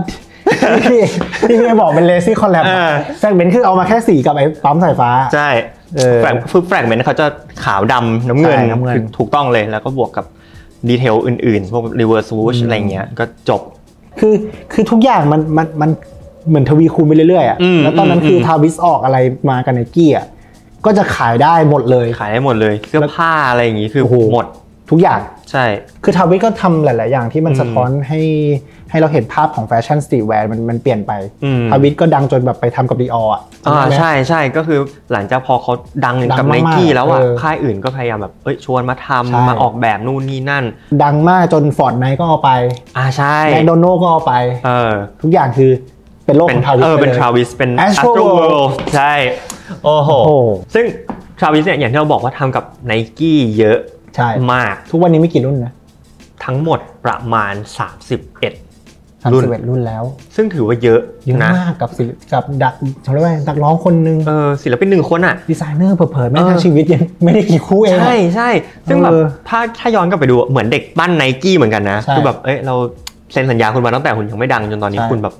Speaker 2: ที่ที่เมย์บอกเป็นเลซี่คอลแลบ
Speaker 1: เออ
Speaker 2: แฟกเมนต์คือเอามาแค่สีกับไอ้ปั๊มสายฟ้า
Speaker 1: ใช่
Speaker 2: เออ
Speaker 1: แฟรคือแฟรกเมนต์เขาจะขาวดำน้ำเงิน
Speaker 2: ใช่น้ำเงิน
Speaker 1: ถูกถูกต้องเลยแล้วก็บวกกับดีเทลอื่นๆ พวก reverse swoosh
Speaker 2: อืม
Speaker 1: อะไรเงี้ยก็จบ
Speaker 2: คือคือทุกอย่างมันมันมันเหมือนทวีคูณไปเรื่อยๆอะ
Speaker 1: อืม
Speaker 2: แล้วตอนนั้นคืออ
Speaker 1: ม
Speaker 2: ทาวิสออกอะไรมากันไนกี้อ่ะก็จะขายได้หมดเลย
Speaker 1: ขายได้หมดเลยเสื้อผ้าอะไรอย่างงี้คือ
Speaker 2: โอ้โห
Speaker 1: หมด
Speaker 2: ทุกอย่าง
Speaker 1: ใช่
Speaker 2: คือทาวิสก็ทำหลาย ๆ อย่างที่มัน
Speaker 1: อืม
Speaker 2: สะท้อนให้ให้เราเห็นภาพของแฟชั่นสตรีทแวร์มันมันเปลี่ยนไป
Speaker 1: อืม
Speaker 2: ทาวิสก็ดังจนแบบไปทำกับดีออ่ะ
Speaker 1: อ่า
Speaker 2: จำได้ไหม
Speaker 1: ใช่ใช่ก็คือหลังจากพอเขาดัง
Speaker 2: ดัง
Speaker 1: กับ
Speaker 2: มา
Speaker 1: ไน
Speaker 2: กๆ
Speaker 1: กี้แล้วอ่ะ
Speaker 2: เออ
Speaker 1: ค่ายอื่นก็พยายามแบบเอ้ยชวนมา
Speaker 2: ใช่
Speaker 1: ทำมาออกแบบนู่นนี่นั่น
Speaker 2: ดังมากจนฟอร์ดไนก็เอาไป
Speaker 1: อ่าใช่
Speaker 2: แมคโดนัลก็เอาไป
Speaker 1: เออ
Speaker 2: ทุกอย่างคือเป็นโลก
Speaker 1: เป็น
Speaker 2: ของทาวิส
Speaker 1: เออ
Speaker 2: ไป
Speaker 1: เป็น
Speaker 2: ลย
Speaker 1: ทราวิสเป็น
Speaker 2: Astro
Speaker 1: Astro
Speaker 2: World
Speaker 1: World ใช่ โอ้โห
Speaker 2: โอ้โห
Speaker 1: ซึ่งทราวิสเนี่ยอย่างที่เราบอกว่าทำกับไนกี้เยอะ
Speaker 2: ใช่
Speaker 1: มาก
Speaker 2: ทุกวันนี้ไม่กี่รุ่นนะ
Speaker 1: ทั้งหมดประมาณ 31
Speaker 2: สาม
Speaker 1: รุ่
Speaker 2: สิบเอ็
Speaker 1: น
Speaker 2: ดรุ่นแล้ว
Speaker 1: ซึ่งถือว่าเยอะ
Speaker 2: เยอะ
Speaker 1: นะ
Speaker 2: มากกับศิลป์กับดักเขาเรียกว่านักร้องคนหนึง
Speaker 1: เออศิลปินหนึ่งคนอ่ะ
Speaker 2: ดีไซเนอร์เผลอๆแม้
Speaker 1: เออ
Speaker 2: ทั้งชีวิตยัง ไม่ได้กี่คู่เองอะ
Speaker 1: ใช่ใช่ซึ่งแบบ
Speaker 2: เออ
Speaker 1: ถ้าถ้าย้อนกลับไปดูเหมือนเด็กปั้นไนกี้เหมือนกันนะ
Speaker 2: ใช่
Speaker 1: คือแบบเอ้ยเราเซ็นสัญญาคุณมาตั้งแต่คุณยังไม่ดังจนตอนนี้
Speaker 2: ใช่
Speaker 1: คุณแบบ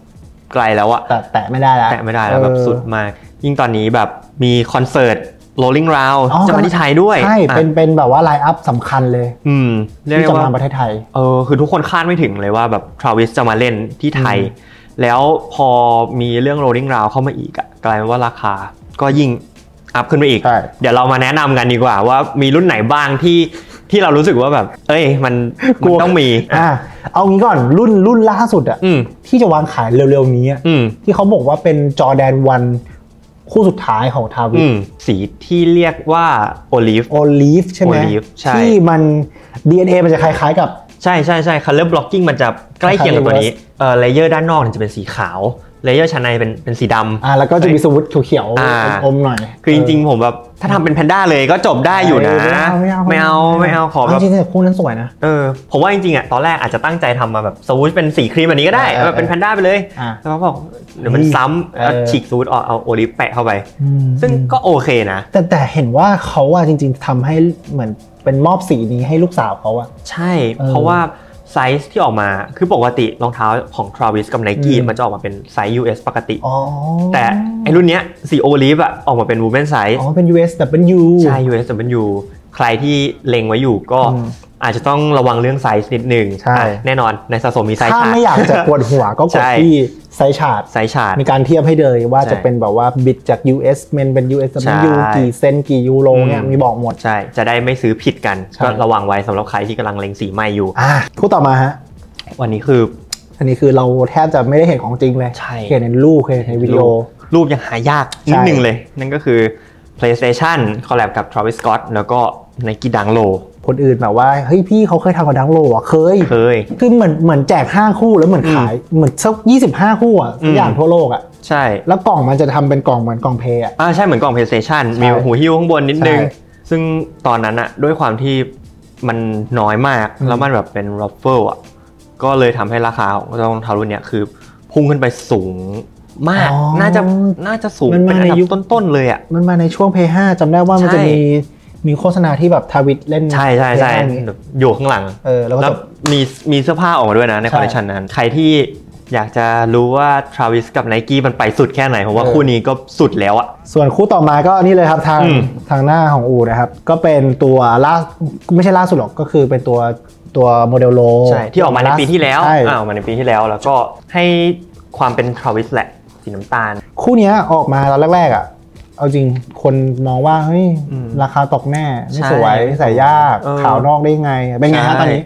Speaker 1: ไกลแล้วอะ
Speaker 2: แต่แตะไม่ได้แล้ว
Speaker 1: แตะไม่ได้แล้ว
Speaker 2: เออ
Speaker 1: แบบสุดมาก ยิ่งตอนนี้แบบมีคอนเสิร์ต Rolling Round
Speaker 2: อ๋อ
Speaker 1: จะมาที่ไทยด้วย
Speaker 2: ใช่
Speaker 1: อ่ะ
Speaker 2: เป็นเป็นแบบว่าไลน์อัพสำคัญเลย
Speaker 1: อืมเรียก
Speaker 2: ที่
Speaker 1: ได้
Speaker 2: จะ
Speaker 1: ว่า
Speaker 2: มาประเทศไทย
Speaker 1: เออคือทุกคนคาดไม่ถึงเลยว่าแบบทราวิสจะมาเล่นที่ไทย แล้วพอมีเรื่อง Rolling Round เข้ามาอีกอะกลายเป็นว่าราคาก็ยิ่งอัพขึ้นไปอีก
Speaker 2: ใช่
Speaker 1: เดี๋ยวเรามาแนะนำกันดีกว่าว่ามีรุ่นไหนบ้างที่ที่เรารู้สึกว่าแบบ เอ้ย มัน
Speaker 2: กลั
Speaker 1: มัน
Speaker 2: ว
Speaker 1: ต้องมี
Speaker 2: อ่ะเอางี้ก่อนรุ่นรุ่นล่าสุดอะ
Speaker 1: อืม
Speaker 2: ที่จะวางขายเร็วๆนี้อะ
Speaker 1: อืม
Speaker 2: ที่เขาบอกว่าเป็นจอแดนวันคู่สุดท้ายของทาวิ
Speaker 1: อืมสีที่เรียกว่าโอลิฟ
Speaker 2: โอลีฟใช่ไหม
Speaker 1: Olive ใช่
Speaker 2: ที่มัน DNA มันจะคล้ายๆกับ
Speaker 1: ใช่ใช่ใช่คัลเลอร์บล็อกกิ้งมันจะใกล้เคียงกับตัวนี้ เอ่อเลเยอร์ด้านนอกเนี่ยจะเป็นสีขาวเลเยอร์ชั้นในเป็นเป็นสีดำ
Speaker 2: อ่าแล้วก็จะมีสวิตช์เขียว
Speaker 1: อ่า
Speaker 2: ๆอมๆหน่อย
Speaker 1: คือจริงๆ ผมแบบ ถ้าทำเป็นแพนด้าเลยก็จบได้อยู่นะ
Speaker 2: ไม่เอา
Speaker 1: ไม่เอาไม่เอาขอแบบ
Speaker 2: จริงๆแต่คู่นั้นสวยนะ
Speaker 1: เออผมว่าจริงๆอ่ะตอนแรกอาจจะตั้งใจทำมาแบบสวูชเป็นสีครีมแบบนี้ก็ได้
Speaker 2: เออเออ
Speaker 1: แบบเป็นแพนด้าไปเลย
Speaker 2: อ่ะ
Speaker 1: แล้วเขาบอกเดี๋ยวมันซ้ำ
Speaker 2: เออ
Speaker 1: เอาฉีกสวูชออกเอาโอลิฟแปะเข้าไป
Speaker 2: อืม
Speaker 1: ซึ่งก็โอเคนะ
Speaker 2: แต่แต่เห็นว่าเขาอะจริง ๆทำให้เหมือนเป็นมอบสีนี้ให้ลูกสาวเขาอะ
Speaker 1: ใช่
Speaker 2: เออ
Speaker 1: เพราะว่าไซส์ที่ออกมาคือปกติรองเท้าของ Travis กับ Nike
Speaker 2: อืม
Speaker 1: มันจะออกมาเป็นไซส์ US ปกติ
Speaker 2: อ๋อ
Speaker 1: แต่ไอรุ่นเนี้ยสีโอลิฟอ่ะออกมาเป็น Women Size
Speaker 2: อ๋อเป็น US W
Speaker 1: ใช่ US แต่มันอยู่ใครที่เล็งไว้อยู่ก็
Speaker 2: อืม
Speaker 1: อาจจะต้องระวังเรื่องไซส์นิดหนึ่ง
Speaker 2: ใช่
Speaker 1: อ่ะแน่นอนในสะสมมีไซส์
Speaker 2: ถ้า
Speaker 1: ชาร์
Speaker 2: ไม่อยากจะปวดหัวก็กดที่ไซส์ชาร์ต
Speaker 1: ไซส์ชาร์ต
Speaker 2: มีการเทียบให้เลยว่า
Speaker 1: ใช่
Speaker 2: จะเป็นแบบว่าบิตจาก US เมนเป็น US
Speaker 1: ใช่
Speaker 2: ยูกี่เซนกี่ยูโรเนี่ยมีบอกหมด
Speaker 1: ใช่ จะได้ไม่ซื้อผิดกัน
Speaker 2: ใช่
Speaker 1: ก็ระวังไว้สำหรับใครที่กำลังเล็งสีใหม่อยู่
Speaker 2: อ่ะคู่ต่อมาฮะ
Speaker 1: วันนี้คือ
Speaker 2: อันนี้คือเราแทบจะไม่ได้เห็นของจริงเลย
Speaker 1: ใช่
Speaker 2: เห็นในรูปเห็นในวิดีโอ
Speaker 1: รูปรูปยังหายากนิดนึงเลย นั่นก็คือ PlayStation คอลแลบกับ Travis Scott แล้วก็ Nike d u n k Low
Speaker 2: คนอื่นแบบว่าเฮ้ยพี่เขาเคยทำกับดังโลเหรอ่ะเคย
Speaker 1: เคย
Speaker 2: คือเหมือนเหมือนแจก 5 คู่แล้วเหมือนขาย เหมือนสักยี่สิบห้าคู่อ่ะ
Speaker 1: อื
Speaker 2: ทุ
Speaker 1: ม
Speaker 2: กอย่างทั่วโลกอ่ะ
Speaker 1: ใช่
Speaker 2: แล้วกล่องมันจะทำเป็นกล่องเหมือนกล่องเพลย์อ่ะ
Speaker 1: อ่าใช่เหมือนกล่อง PlayStation
Speaker 2: ใช่
Speaker 1: มีหูหิ้วข้างบนนิดนึง
Speaker 2: ใช่
Speaker 1: ซึ่งตอนนั้นอะด้วยความที่มันน้อยมาก
Speaker 2: อืม
Speaker 1: แล้วมันแบบเป็น r u f f l e อะก็เลยทำให้ราคาของรองเท้ารุ่นเนี้ยคือพุ่งขึ้นไปสูงมาก
Speaker 2: อ๋อ
Speaker 1: น่าจะน่าจะสูง
Speaker 2: มันมา
Speaker 1: เป็นอันดั
Speaker 2: ในยุ
Speaker 1: บ
Speaker 2: ค
Speaker 1: ต้นๆเลยอะ
Speaker 2: มันมาในช่วงเพย์ห้าจำได้ว่ามัน
Speaker 1: ใช่
Speaker 2: จะมีมีโฆษณาที่แบบทวิตเล่น
Speaker 1: ใช่ใช่ใช่
Speaker 2: Play 5อย่างงี้
Speaker 1: อยู่ข้างหลัง
Speaker 2: เออแล้วก็
Speaker 1: แล้ว
Speaker 2: จะ
Speaker 1: มีมีเสื้อผ้าออกมาด้วยนะใน
Speaker 2: ใช่
Speaker 1: คอลเลคชันนั้น ใครที่อยากจะรู้ว่าทราวิสกับไนกี้มันไปสุดแค่ไหนผมว่า
Speaker 2: เออ
Speaker 1: คู่นี้ก็สุดแล้วอะ
Speaker 2: ส่วนคู่ต่อมาก็นี่เลยครับทาง
Speaker 1: อืม
Speaker 2: ทางหน้าของอูนะครับ ก็เป็นตัวล่าไม่ใช่ล่าสุดหรอกก็คือเป็นตัวตัวโมเดลโล
Speaker 1: ใช่ที่ออกมาในปีที่แล้ว
Speaker 2: ใช่
Speaker 1: อ่าออกมาในปีที่แล้วแล้วก็ให้ความเป็นทราวิสแหละสีน้ำตาล
Speaker 2: คู่เนี้ยออกมาตอนแรกๆอ่ะเอาจริงคนมองว่าเฮ้ย
Speaker 1: อืม
Speaker 2: ราคาตกแน่ไม่
Speaker 1: ใช่
Speaker 2: สวยใส่ยาก
Speaker 1: เออ
Speaker 2: ขาวนอกได้ไงเป็นไงฮะตอนนี้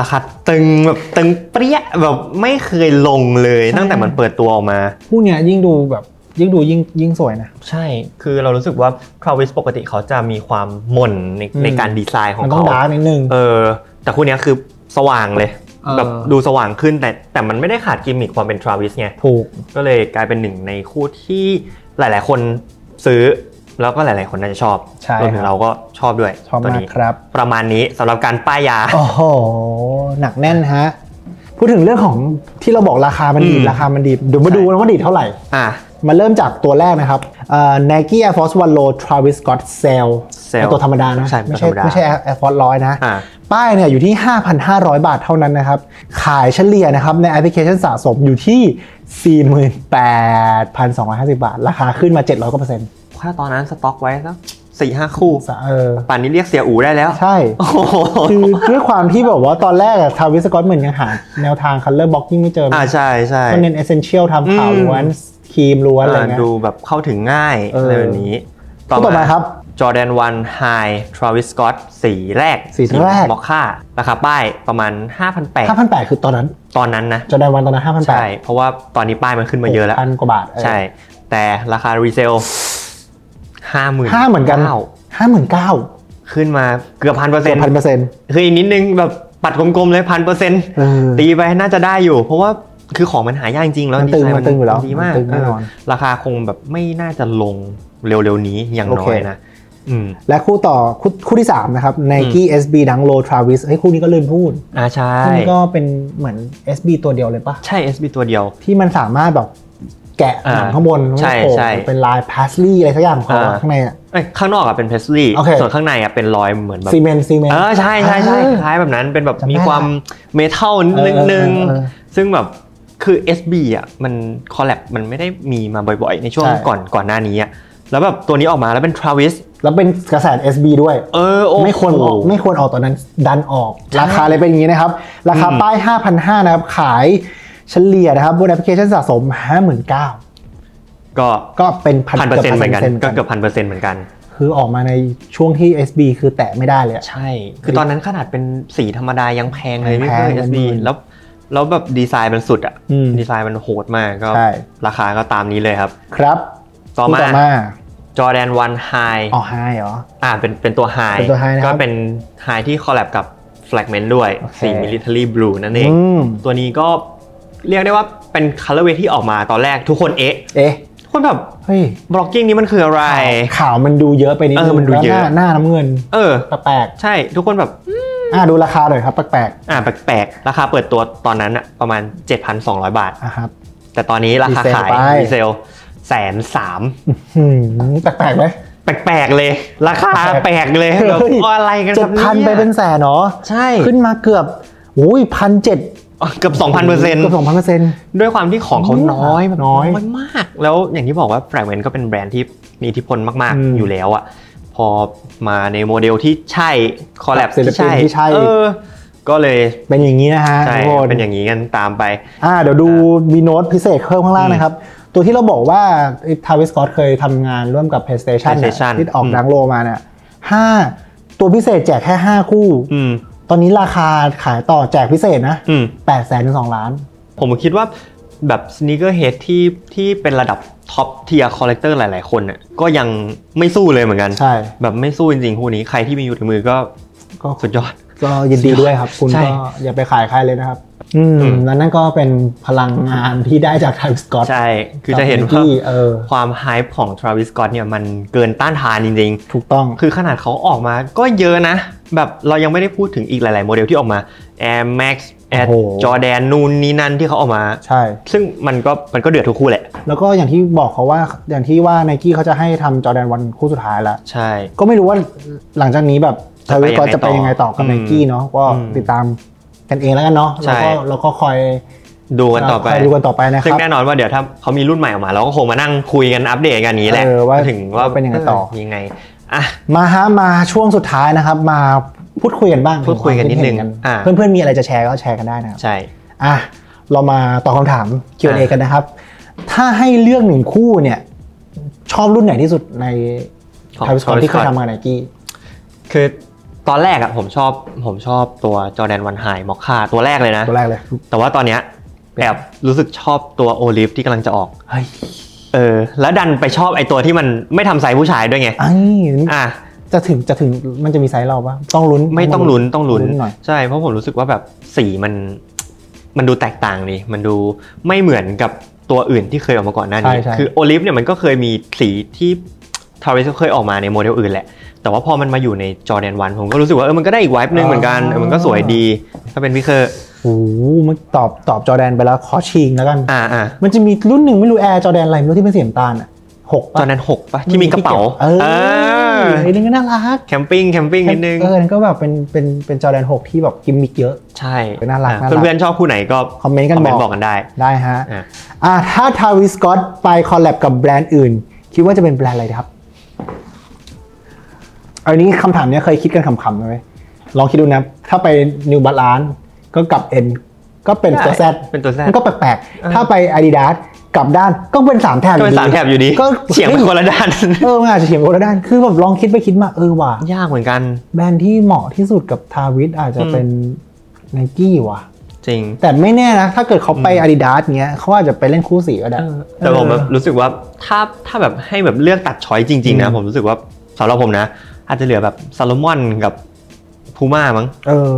Speaker 1: ราคาตึงแบบตึงเปรี้ยแบบไม่เคยลงเลย
Speaker 2: ใช่
Speaker 1: ตั้งแต่มันเปิดตัวออกมา
Speaker 2: คู่เนี้ยยิ่งดูแบบยิ่งดูยิ่งยิ่งสวยนะ
Speaker 1: ใช่คือเรารู้สึกว่าทราวิสปกติเขาจะมีความหม่นใน
Speaker 2: อืม
Speaker 1: ในการดีไซน์ของ
Speaker 2: มันต้อ
Speaker 1: เขา
Speaker 2: งดาร์กนิดนึง
Speaker 1: เออแต่คู่เนี้ยคือสว่างเลย
Speaker 2: เออ
Speaker 1: แบบดูสว่างขึ้นแต่แต่มันไม่ได้ขาดกิมมิคความเป็นทราวิสไง
Speaker 2: ถูก
Speaker 1: ก็เลยกลายเป็นหนึ่งในคู่ที่หลาย ๆ คนซื้อ แล้วก็หลาย ๆ คนน่าจะชอบ
Speaker 2: ใช่
Speaker 1: รวมถึ
Speaker 2: ครั
Speaker 1: ง
Speaker 2: บ
Speaker 1: เราก็ชอบด้วย
Speaker 2: ชอบ
Speaker 1: ตัว
Speaker 2: มาก
Speaker 1: นี้
Speaker 2: ครับ
Speaker 1: ประมาณนี้สำหรับการป้ายยา
Speaker 2: โอ้โห หนักแน่นฮะ พูดถึงเรื่องของที่เราบอกราคามันดีด
Speaker 1: อืม
Speaker 2: ราคามันดีดเดี๋ยวมาดูนะว่าดีดเท่าไหร่
Speaker 1: อ่ะ
Speaker 2: มาเริ่มจากตัวแรกนะครับเอ่อ Nike Air Force One Low Travis Scott Sale
Speaker 1: Sale
Speaker 2: เป็นตัวธรรมดานะ
Speaker 1: ใช่เป็น
Speaker 2: ไม่
Speaker 1: ตั
Speaker 2: ใช่
Speaker 1: วธรรมดา
Speaker 2: ไม่ใช่ Air- Air Force ร้อยนะ
Speaker 1: อ่ะ
Speaker 2: ป้ายเนี่ยอยู่ที่ 5,500 บาทเท่านั้นนะครับ ขายเฉลี่ยนะครับในแอปพลิเคชันสะสมอยู่ที่ 48,250 บาท ราคาขึ้นมา 700กว่าเปอร์เซ็นต์
Speaker 1: ถ้าตอนนั้นสต็อกไว้สักสี่ห้าคู่
Speaker 2: เออ
Speaker 1: ป่านนี้เรียกเสียอูได้แล้ว
Speaker 2: ใช่
Speaker 1: โอ้โห
Speaker 2: คือ ด้วยความที่แบบว่าตอนแรกอะทาวิสกอตเหมือนยังหา แนวทาง color blocking ไม่เจอ
Speaker 1: อ่า
Speaker 2: มัน
Speaker 1: ใช่ใช่
Speaker 2: ก็เน้น essential ทำขาว
Speaker 1: อืม
Speaker 2: ล้วน ครีมล้วนอะไร
Speaker 1: อ่า
Speaker 2: เงี้ย
Speaker 1: ดูแบบเข้าถึงง่าย
Speaker 2: เอออ
Speaker 1: อะไรแบบนี้
Speaker 2: คู่ต่อมาครับ
Speaker 1: จอแดนวันไฮทราวิสสกอตสีแรก
Speaker 2: สีแรก
Speaker 1: มอคค่าราคาป้ายประมาณ 5,800
Speaker 2: 5,800 คือตอนนั้น
Speaker 1: ตอนนั้นนะ
Speaker 2: จอแดนวันตอนนั้น5,800
Speaker 1: ใช่ เพราะว่าตอนนี้ป้ายมันขึ้นมาเยอะแล้ว
Speaker 2: พันกว่าบาทเออ
Speaker 1: ใช่ แต่ราคารีเซลห้าหมื่น
Speaker 2: ห้าเหมือนกันห้าหมื่นเก้า
Speaker 1: ขึ้นมาเกือบพันเปอร์
Speaker 2: เกื
Speaker 1: เซ็
Speaker 2: อน บ
Speaker 1: ต์
Speaker 2: พันเปอร์เซ็นต์
Speaker 1: คืออีกนิดนึงแบบปัดกลมๆเลยพันเปอร์เซ็นต์
Speaker 2: เออ
Speaker 1: ตีไปน่าจะได้อยู่ เพราะว่าคือของมันหายากจริงๆ แล้ว
Speaker 2: มันตึง
Speaker 1: ดีไซ
Speaker 2: มันตึงอยู่แล้ว
Speaker 1: ดีมาก
Speaker 2: มันตึงแน่นอน
Speaker 1: เออราคาคงแบบไม่น่าจะลงเร็วๆนี้อย่างน้อยนะ อืม
Speaker 2: และคู่ต่อคู่คู่ที่ 3 นะครับ Nike SB ดังโลทราวิสเฮ้ยคู่นี้ก็ลืมพูด
Speaker 1: อ่าใช่
Speaker 2: คู่นี้ก็เป็นเหมือน SB ตัวเดียวเลยปะ
Speaker 1: ใช่ SB ตัวเดียว
Speaker 2: ที่มันสามารถแบบแกะหนัง
Speaker 1: อ่า
Speaker 2: ข้างบนแล้วมัน
Speaker 1: ใช่
Speaker 2: ก็โผล่
Speaker 1: ใช่
Speaker 2: เป็นลายพาสลีอะไรสักอย่างของเขา
Speaker 1: อ่า
Speaker 2: ข้างในอะ
Speaker 1: เอ้ยข้างนอกอะเป็นเพสลี่
Speaker 2: โอเค
Speaker 1: ส่วนข้างในอะเป็นรอยเหมือนแบบ
Speaker 2: ซีเมนต์ซีเมนต์
Speaker 1: เออใช่ใช่ใช่
Speaker 2: อ่า
Speaker 1: คล้ายแบบนั้นเป็นแบบ
Speaker 2: จำได้
Speaker 1: มีความเมทัลนิดนึง
Speaker 2: เออเออเออ
Speaker 1: ซึ่งแบบคือ SB อ่ะมันคอลแลบมันไม่ได้มีมาบ่อยๆ ในช่วง
Speaker 2: ใช่
Speaker 1: ก่อนก่อนหน้านี้อ่ะแล้วแบบตัวนี้ออกมาแล้วเป็นทราวิส
Speaker 2: แล้วเป็นกระแส SB ด้วย
Speaker 1: เออโอ้โห
Speaker 2: ไม่ควรออกไม่ควรออกตอนนั้นดันออก
Speaker 1: ใช่
Speaker 2: ราคาเลยเป็นอย่างนี้นะครับ ราคา
Speaker 1: อืม
Speaker 2: ป้าย 5,500นะครับขายเฉลี่ยนะครับบนแอปพลิเคชันสะสม 59,000
Speaker 1: ก็
Speaker 2: ก็เป็นพัน
Speaker 1: พันเปอร์เซ็นต์เหมือนกันก็
Speaker 2: กื
Speaker 1: เกื
Speaker 2: อ
Speaker 1: อ
Speaker 2: บบ
Speaker 1: พันเปอร์เซ็นต์เหมือนกัน
Speaker 2: คือออกมาในช่วงที่ SB คือแตะไม่ได้เลยอะ
Speaker 1: ใช่ คือตอนนั้นขนาดเป็นสีธรรมดายังแพงเลย
Speaker 2: แพง
Speaker 1: ไม่ใช่
Speaker 2: เป็น
Speaker 1: SB
Speaker 2: หมื่น
Speaker 1: แล้วแล้วแบบดีไซน์มันสุดอ่ะ
Speaker 2: อืม
Speaker 1: ดีไซน์มันโหดมากก็
Speaker 2: ใช่
Speaker 1: ราคาก็ตามนี้เลยครับ
Speaker 2: ครับ
Speaker 1: ต่อมา
Speaker 2: คู่ต่อมา
Speaker 1: จอแดนวันไฮ
Speaker 2: อ๋อไฮเหรอ
Speaker 1: อ่าเป็นเป็นตัวไฮ
Speaker 2: เป็นตัว high นะครับ
Speaker 1: ก็เป็นไฮที่คอลแลบกับ Fragment ด้วย
Speaker 2: โอเค
Speaker 1: สี Military Blue นั่นเอง
Speaker 2: อืม
Speaker 1: ตัวนี้ก็เรียกได้ว่าเป็นคัลเลอร์เวที่ออกมาตอนแรกทุกคนเอ๊ะ
Speaker 2: เอ๊ะ
Speaker 1: ทุกคนแบบ
Speaker 2: เฮ้ย
Speaker 1: บล็อกกิ้งนี้มันคืออะไร
Speaker 2: ข่าวมันดูเยอะไปนิด
Speaker 1: เอ
Speaker 2: นึ
Speaker 1: องมันดู
Speaker 2: แล้ว
Speaker 1: เย
Speaker 2: ห
Speaker 1: อะ
Speaker 2: น้าหน้าน้ำเงิน
Speaker 1: เออ
Speaker 2: แปลก
Speaker 1: ใช่ทุกคนแบบ
Speaker 2: ๆอ่าดูราคาหน่อยครับแปลก
Speaker 1: อ่าแปลกๆ ราคาเปิดตัวตอนนั้นอะประมาณ 7,200 บาท
Speaker 2: ๆอ่ะครับ
Speaker 1: แต่ตอนนี้ราคาขาย
Speaker 2: รีเซลไป
Speaker 1: รีเซลแสนสาม
Speaker 2: หืมแปลกๆไหม
Speaker 1: แปลกๆเลย ราคา
Speaker 2: แป
Speaker 1: แป
Speaker 2: ล
Speaker 1: ล
Speaker 2: ก
Speaker 1: กเลย
Speaker 2: เฮ้ย
Speaker 1: แบบอะไรกันค
Speaker 2: เจ็
Speaker 1: รั
Speaker 2: ด
Speaker 1: บเนี่ย
Speaker 2: พันไปเป็นแสนเนาะ
Speaker 1: ใช่
Speaker 2: ขึ้นมาเกือบอุ้ยพันเจ็ด
Speaker 1: เกือบ2,000เปอร์เซ็นต์
Speaker 2: กือบสองพันเปอร์เซ็นต์
Speaker 1: ด้วยความที่ของเขาน้อยแบบ
Speaker 2: น้อย
Speaker 1: มาก แล้วอย่างที่บอกว่าแฟรงเวนก็เป็นแบรนด์ที่มีอิทธิพลมาก
Speaker 2: อืม
Speaker 1: ๆอยู่แล้วอะ พอมาในโมเดลที่ใช่คอลแลบ
Speaker 2: ศิลปินที่ใช่
Speaker 1: เออก็เลย
Speaker 2: เป็นอย่างนี้นะฮะ
Speaker 1: ใช่
Speaker 2: ทุกคน
Speaker 1: เป็นอย่างนี้กันตามไป
Speaker 2: อ่าเดี๋ยวดูมีโน้ตพิเศษเพิ่มข้างล่าง
Speaker 1: อืม
Speaker 2: นะครับ ตัวที่เราบอกว่าทาวิสกอตเคยทำงานร่วมกับ PlayStation เนี่ย
Speaker 1: PlayStation
Speaker 2: ที่ออก
Speaker 1: อืม
Speaker 2: ดังโลมาเนี่ยห้าตัวพิเศษแจกแค่ 5 คู่
Speaker 1: อืม
Speaker 2: ตอนนี้ราคาขายต่อแจกพิเศษนะ
Speaker 1: อืม
Speaker 2: 8แสนถึง2ล้าน
Speaker 1: ผมคิดว่าแบบสน e เกอร์เฮดที่ที่เป็นระดับท็อปเทียร์คอลเลกเตอร์หลาย ๆ คนน่ะก็ยังไม่สู้เลยเหมือนกัน
Speaker 2: ใช่
Speaker 1: แบบไม่สู้จริง ๆ คู่นี้ใครที่มีอยู่ในมือก็
Speaker 2: ก็
Speaker 1: สุดยอด
Speaker 2: ก็ยินดีด้วยครับ คุณ
Speaker 1: ใช่
Speaker 2: ก็อย่าไปขายใครเลยนะครับ อืม
Speaker 1: อืม
Speaker 2: แล้วนั่นก็เป็นพลังงานที่ได้จากไทม์สกอต
Speaker 1: ใช่ คือจะเห็น
Speaker 2: ที
Speaker 1: ว่า
Speaker 2: เออ
Speaker 1: ความไฮป์ของทราวิสก o อตเนี่ยมันเกินต้านทานจริง
Speaker 2: ถูกต้อง
Speaker 1: ๆ คือขนาดเขาออกมาก็เยอะนะ แบบเรายังไม่ได้พูดถึงอีกหลาย ๆ โมเดลที่ออกมา Air Max Air Jordan นู่นนี่นั่นที่เขาออกมา
Speaker 2: ใช่
Speaker 1: ซึ่งมันก็มันก็เดือดทุกคู่แหละ
Speaker 2: แล้วก็อย่างที่บอกเขาว่าอย่างที่ว่าไนกี้เขาจะให้ทำจอแดนวันคู่สุดท้ายแล้ว
Speaker 1: ใช่
Speaker 2: ก็ไม่รู้ว่าหลังจากนี้แบบไท
Speaker 1: จะ
Speaker 2: วิ
Speaker 1: ไปยังไง
Speaker 2: สกอตจะไปยังไงต่อกั
Speaker 1: ต่
Speaker 2: บ
Speaker 1: อ
Speaker 2: ไนกี้เนาะก็
Speaker 1: อืม
Speaker 2: ติดตามกันเองแล้วกันเนาะ
Speaker 1: ใช่
Speaker 2: แล้วก็เราก็คอย
Speaker 1: ดูกันต่อไป
Speaker 2: คอยดูกันต่อไปนะค
Speaker 1: ซึ่ง
Speaker 2: รับ
Speaker 1: แน่นอนว่าเดี๋ยวถ้าเขามีรุ่นใหม่ออกมาเราก็คงมานั่งคุยกันอัปเดตกันอย่างนี้แหละ
Speaker 2: เออว่า
Speaker 1: ถึงว่า
Speaker 2: เป็นยังไงต่อ
Speaker 1: ยังไงอ่ะ
Speaker 2: มาฮะมาช่วงสุดท้ายนะครับ มาพูดคุยกันบ้าง
Speaker 1: พูดคุยกันนิดนึง
Speaker 2: เห็
Speaker 1: อ่า
Speaker 2: เพื่อนๆมีอะไรจะแชร์ก็แชร์กันได้นะครับ
Speaker 1: ใช่
Speaker 2: อ่ะ เรามาตอบคำถาม Q&A
Speaker 1: อ่ะ
Speaker 2: กันนะครับ ถ้าให้เลือกหนึ่งคู่เนี่ย ชอบรุ่นไหนที่สุดในทาวิสคอนที่เคย
Speaker 1: Scott
Speaker 2: ทำงานไนกี้
Speaker 1: คือตอนแรกอะผมชอบผมชอบตัวจอแดนวันไฮมอคคาตัวแรกเลยนะ
Speaker 2: ตัวแรกเลย
Speaker 1: แต่ว่าตอนเนี้ยแอบรู้สึกชอบตัวโอลิฟที่กำลังจะออก
Speaker 2: เฮ้ย
Speaker 1: เออแล้วดันไปชอบไอตัวที่มันไม่ทำไซส์ผู้ชายด้วยไง
Speaker 2: ไอ้
Speaker 1: อ่ะ
Speaker 2: จะถึงจะถึงมันจะมีไซส์เราปะต้องลุ้น
Speaker 1: ไม่ต้องลุ้นต้องลุ้น
Speaker 2: ลุ้นหน่อย
Speaker 1: ใช่เพราะผมรู้สึกว่าแบบสีมันมันดูแตกต่างดีมันดูไม่เหมือนกับตัวอื่นที่เคยออกมาก่อนหน้านี้
Speaker 2: ใช่ใช่
Speaker 1: คือโอลิฟเนี่ยมันก็เคยมีสีที่ทาริสเคยออกมาในโมเดลอื่นแหละ แต่ว่าพอมันมาอยู่ในจอแดนวันผมก็รู้สึกว่าเออมันก็ได้อีกไวป์นึงเหมือนกันเออมันก็สวยดี ถ้าเป็นพี่เคอร์
Speaker 2: โอ้โหมันตอบตอบจอแดนไปแล้วขอชิงแล้วกัน
Speaker 1: อ่าอ่า
Speaker 2: มันจะมีรุ่นหนึ่งไม่รู้แอร์จอแดนอะไรไม่รู้ที่เป็นสีน้ำตาลอ่ะหก
Speaker 1: จอ
Speaker 2: ปะ
Speaker 1: แดนหกปะที่มีกระเป๋า
Speaker 2: เออ
Speaker 1: เออ
Speaker 2: ไอ้นั่นก็น่ารัก
Speaker 1: แคมปิ้งแคมปิ้งนิดนึง
Speaker 2: เออนั่นก็แบบเป็นเป็นเป็นจอแดนหกที่แบบกิมมิกเยอะ
Speaker 1: ใช่
Speaker 2: น่ารัก
Speaker 1: อ่ะ
Speaker 2: น่ารัก
Speaker 1: เพื่อนๆชอบคู่ไหนก็
Speaker 2: คอมเมนต์กัน
Speaker 1: คอม
Speaker 2: บ
Speaker 1: เม
Speaker 2: อน ก
Speaker 1: ต์บอกกันได้
Speaker 2: ได้ฮะ
Speaker 1: อ่ะ
Speaker 2: อ่าถ้าทาวิสกอตไปคอลแลบกับแบรนด์อื่น คิดว่าจะเป็นแบรนด์อะไรดีครับ อันนี้คำถามเนี้ยเคยคิดกันขำๆเลยไหมลองคิดดูนะ ถ้าไปนิวบาลานก็กลับเอ็นก็เป็นตัวแซด
Speaker 1: เป็นตัว Z
Speaker 2: มันก็แปลกๆ ถ้าไปอาดิดาสกลับด้านก็เป็นสามแถบ
Speaker 1: ก็เป็น
Speaker 2: อยู่ดี
Speaker 1: สามแถบอยู่ดี
Speaker 2: ก็
Speaker 1: เฉียงไปคนละด้าน
Speaker 2: เออมันอาจจะเฉียงไปคนละด้านคือแบบลองคิดไปคิดมาเออว่ะ
Speaker 1: ยากเหมือนกัน
Speaker 2: แบรนด์ที่เหมาะที่สุดกับทาวิสอาจจะเป็นไนกี้ว่ะ
Speaker 1: จริง
Speaker 2: แต่ไม่แน่นะ ถ้าเกิดเขาไปอาดิดาสเงี้ยเขาอาจจะไปเล่นคู่สีก็ได้
Speaker 1: แต่ผมแบบรู้สึกว่าถ้าถ้าแบบให้แบบเลือกตัดช้อยจริง ๆ นะ ผมรู้สึกว่าสำหรับผมนะ อาจจะเหลือแบบซา l ลมอนกับพูม่ามั้ง
Speaker 2: เออ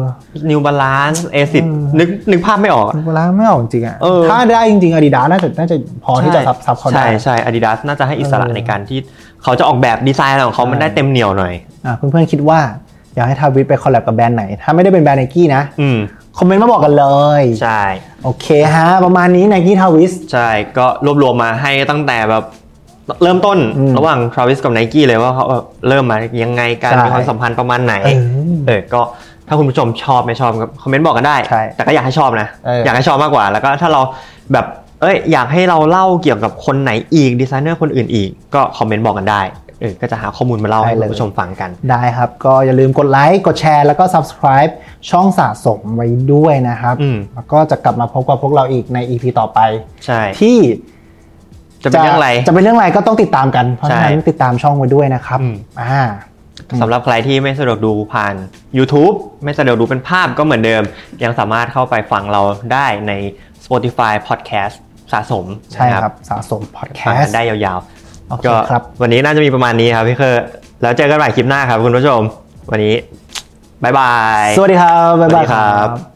Speaker 1: นิวบาลานซ์เอซิ
Speaker 2: อืม
Speaker 1: นึกนึกภาพไม่ออกอะ
Speaker 2: ดูแล้วไม่ออกจริงๆอ่ะ
Speaker 1: เออ
Speaker 2: ถ้าได้จริงๆอาดิดาน่าจะน่าจะพอที่จะซับซับเขาได้
Speaker 1: ใช่ใช่อาดิดาสน่าจะให้อิสระ
Speaker 2: เออ
Speaker 1: ในการที่เขาจะออกแบบดีไซน์อะไรของเขา
Speaker 2: ใช่
Speaker 1: มันได้เต็มเหนียวหน่อย
Speaker 2: อ่ะเพื่อนๆคิดว่า อยากให้ทาวิทไปคอลแลบกับแบรนด์ไหน ถ้าไม่ได้เป็นแบรนด์ไนกี้นะ
Speaker 1: อืม
Speaker 2: คอมเมนต์มาบอกกันเลย
Speaker 1: ใช่
Speaker 2: โอเคฮะ ประมาณนี้ไนกี้ทาวิส
Speaker 1: ใช่ ก็รวบรวมมาให้ตั้งแต่แบบเริ่มต้น
Speaker 2: อืม
Speaker 1: ระหว่างทราวิสกับไนกี้เลยว่าเขาแบบเริ่มมายังไงการ
Speaker 2: ใช่
Speaker 1: มีความสัมพันธ์ประมาณไหน
Speaker 2: เออ
Speaker 1: เออก็ถ้าคุณผู้ชมชอบไม่ชอบก็คอมเมนต์บอกกันได้
Speaker 2: ใช่
Speaker 1: แต่ก็อยากให้ชอบนะ
Speaker 2: เออ
Speaker 1: อ
Speaker 2: อ
Speaker 1: ยากให้ชอบมากกว่า แล้วก็ถ้าเราแบบเอ้ยอยากให้เราเล่าเกี่ยวกับคนไหนอีกดีไซเนอร์คนอื่นอีก ก็คอมเมนต์บอกกันได้เออก็จะหาข้อมูลมาเล่าให้คุณผู้ชมฟังกัน
Speaker 2: ได้ครับ ก็อย่าลืมกดไลค์กดแชร์แล้วก็ subscribe ช่องสะสมไว้ด้วยนะครับ
Speaker 1: อืม
Speaker 2: แล้วก็จะกลับมาพบกับพวกเราอีกใน EP ต่อไป
Speaker 1: ใช่
Speaker 2: ที่
Speaker 1: จะเป็นเรื่องอะไร
Speaker 2: จะเป็นเรื่องอะไรก็ต้องติดตามกันเพราะ
Speaker 1: ใช่
Speaker 2: ฉะนั้นติดตามช่องไว้ด้วยนะครับ
Speaker 1: อืม
Speaker 2: อ่า
Speaker 1: สำหรับใครที่ไม่สะดวกดูผ่าน YouTube ไม่สะดวกดูเป็นภาพก็เหมือนเดิม ยังสามารถเข้าไปฟังเราได้ใน Spotify Podcast สะสม
Speaker 2: ใช่
Speaker 1: นะครับ
Speaker 2: สะสมพอดแค
Speaker 1: ฟัง
Speaker 2: ส
Speaker 1: กัน
Speaker 2: ต์
Speaker 1: ได้ยาว
Speaker 2: โอ
Speaker 1: ๆ
Speaker 2: เค
Speaker 1: ก็
Speaker 2: ครับ
Speaker 1: วันนี้น่าจะมีประมาณนี้ครับพี่เคอร์แล้วเจอกันใหม่คลิปหน้าครับคุณผู้ชม วันนี้ บ๊ายบาย
Speaker 2: สวัสดีครับ บ๊าย
Speaker 1: สวั
Speaker 2: บาย
Speaker 1: สดี
Speaker 2: ค
Speaker 1: ครั
Speaker 2: รับ บ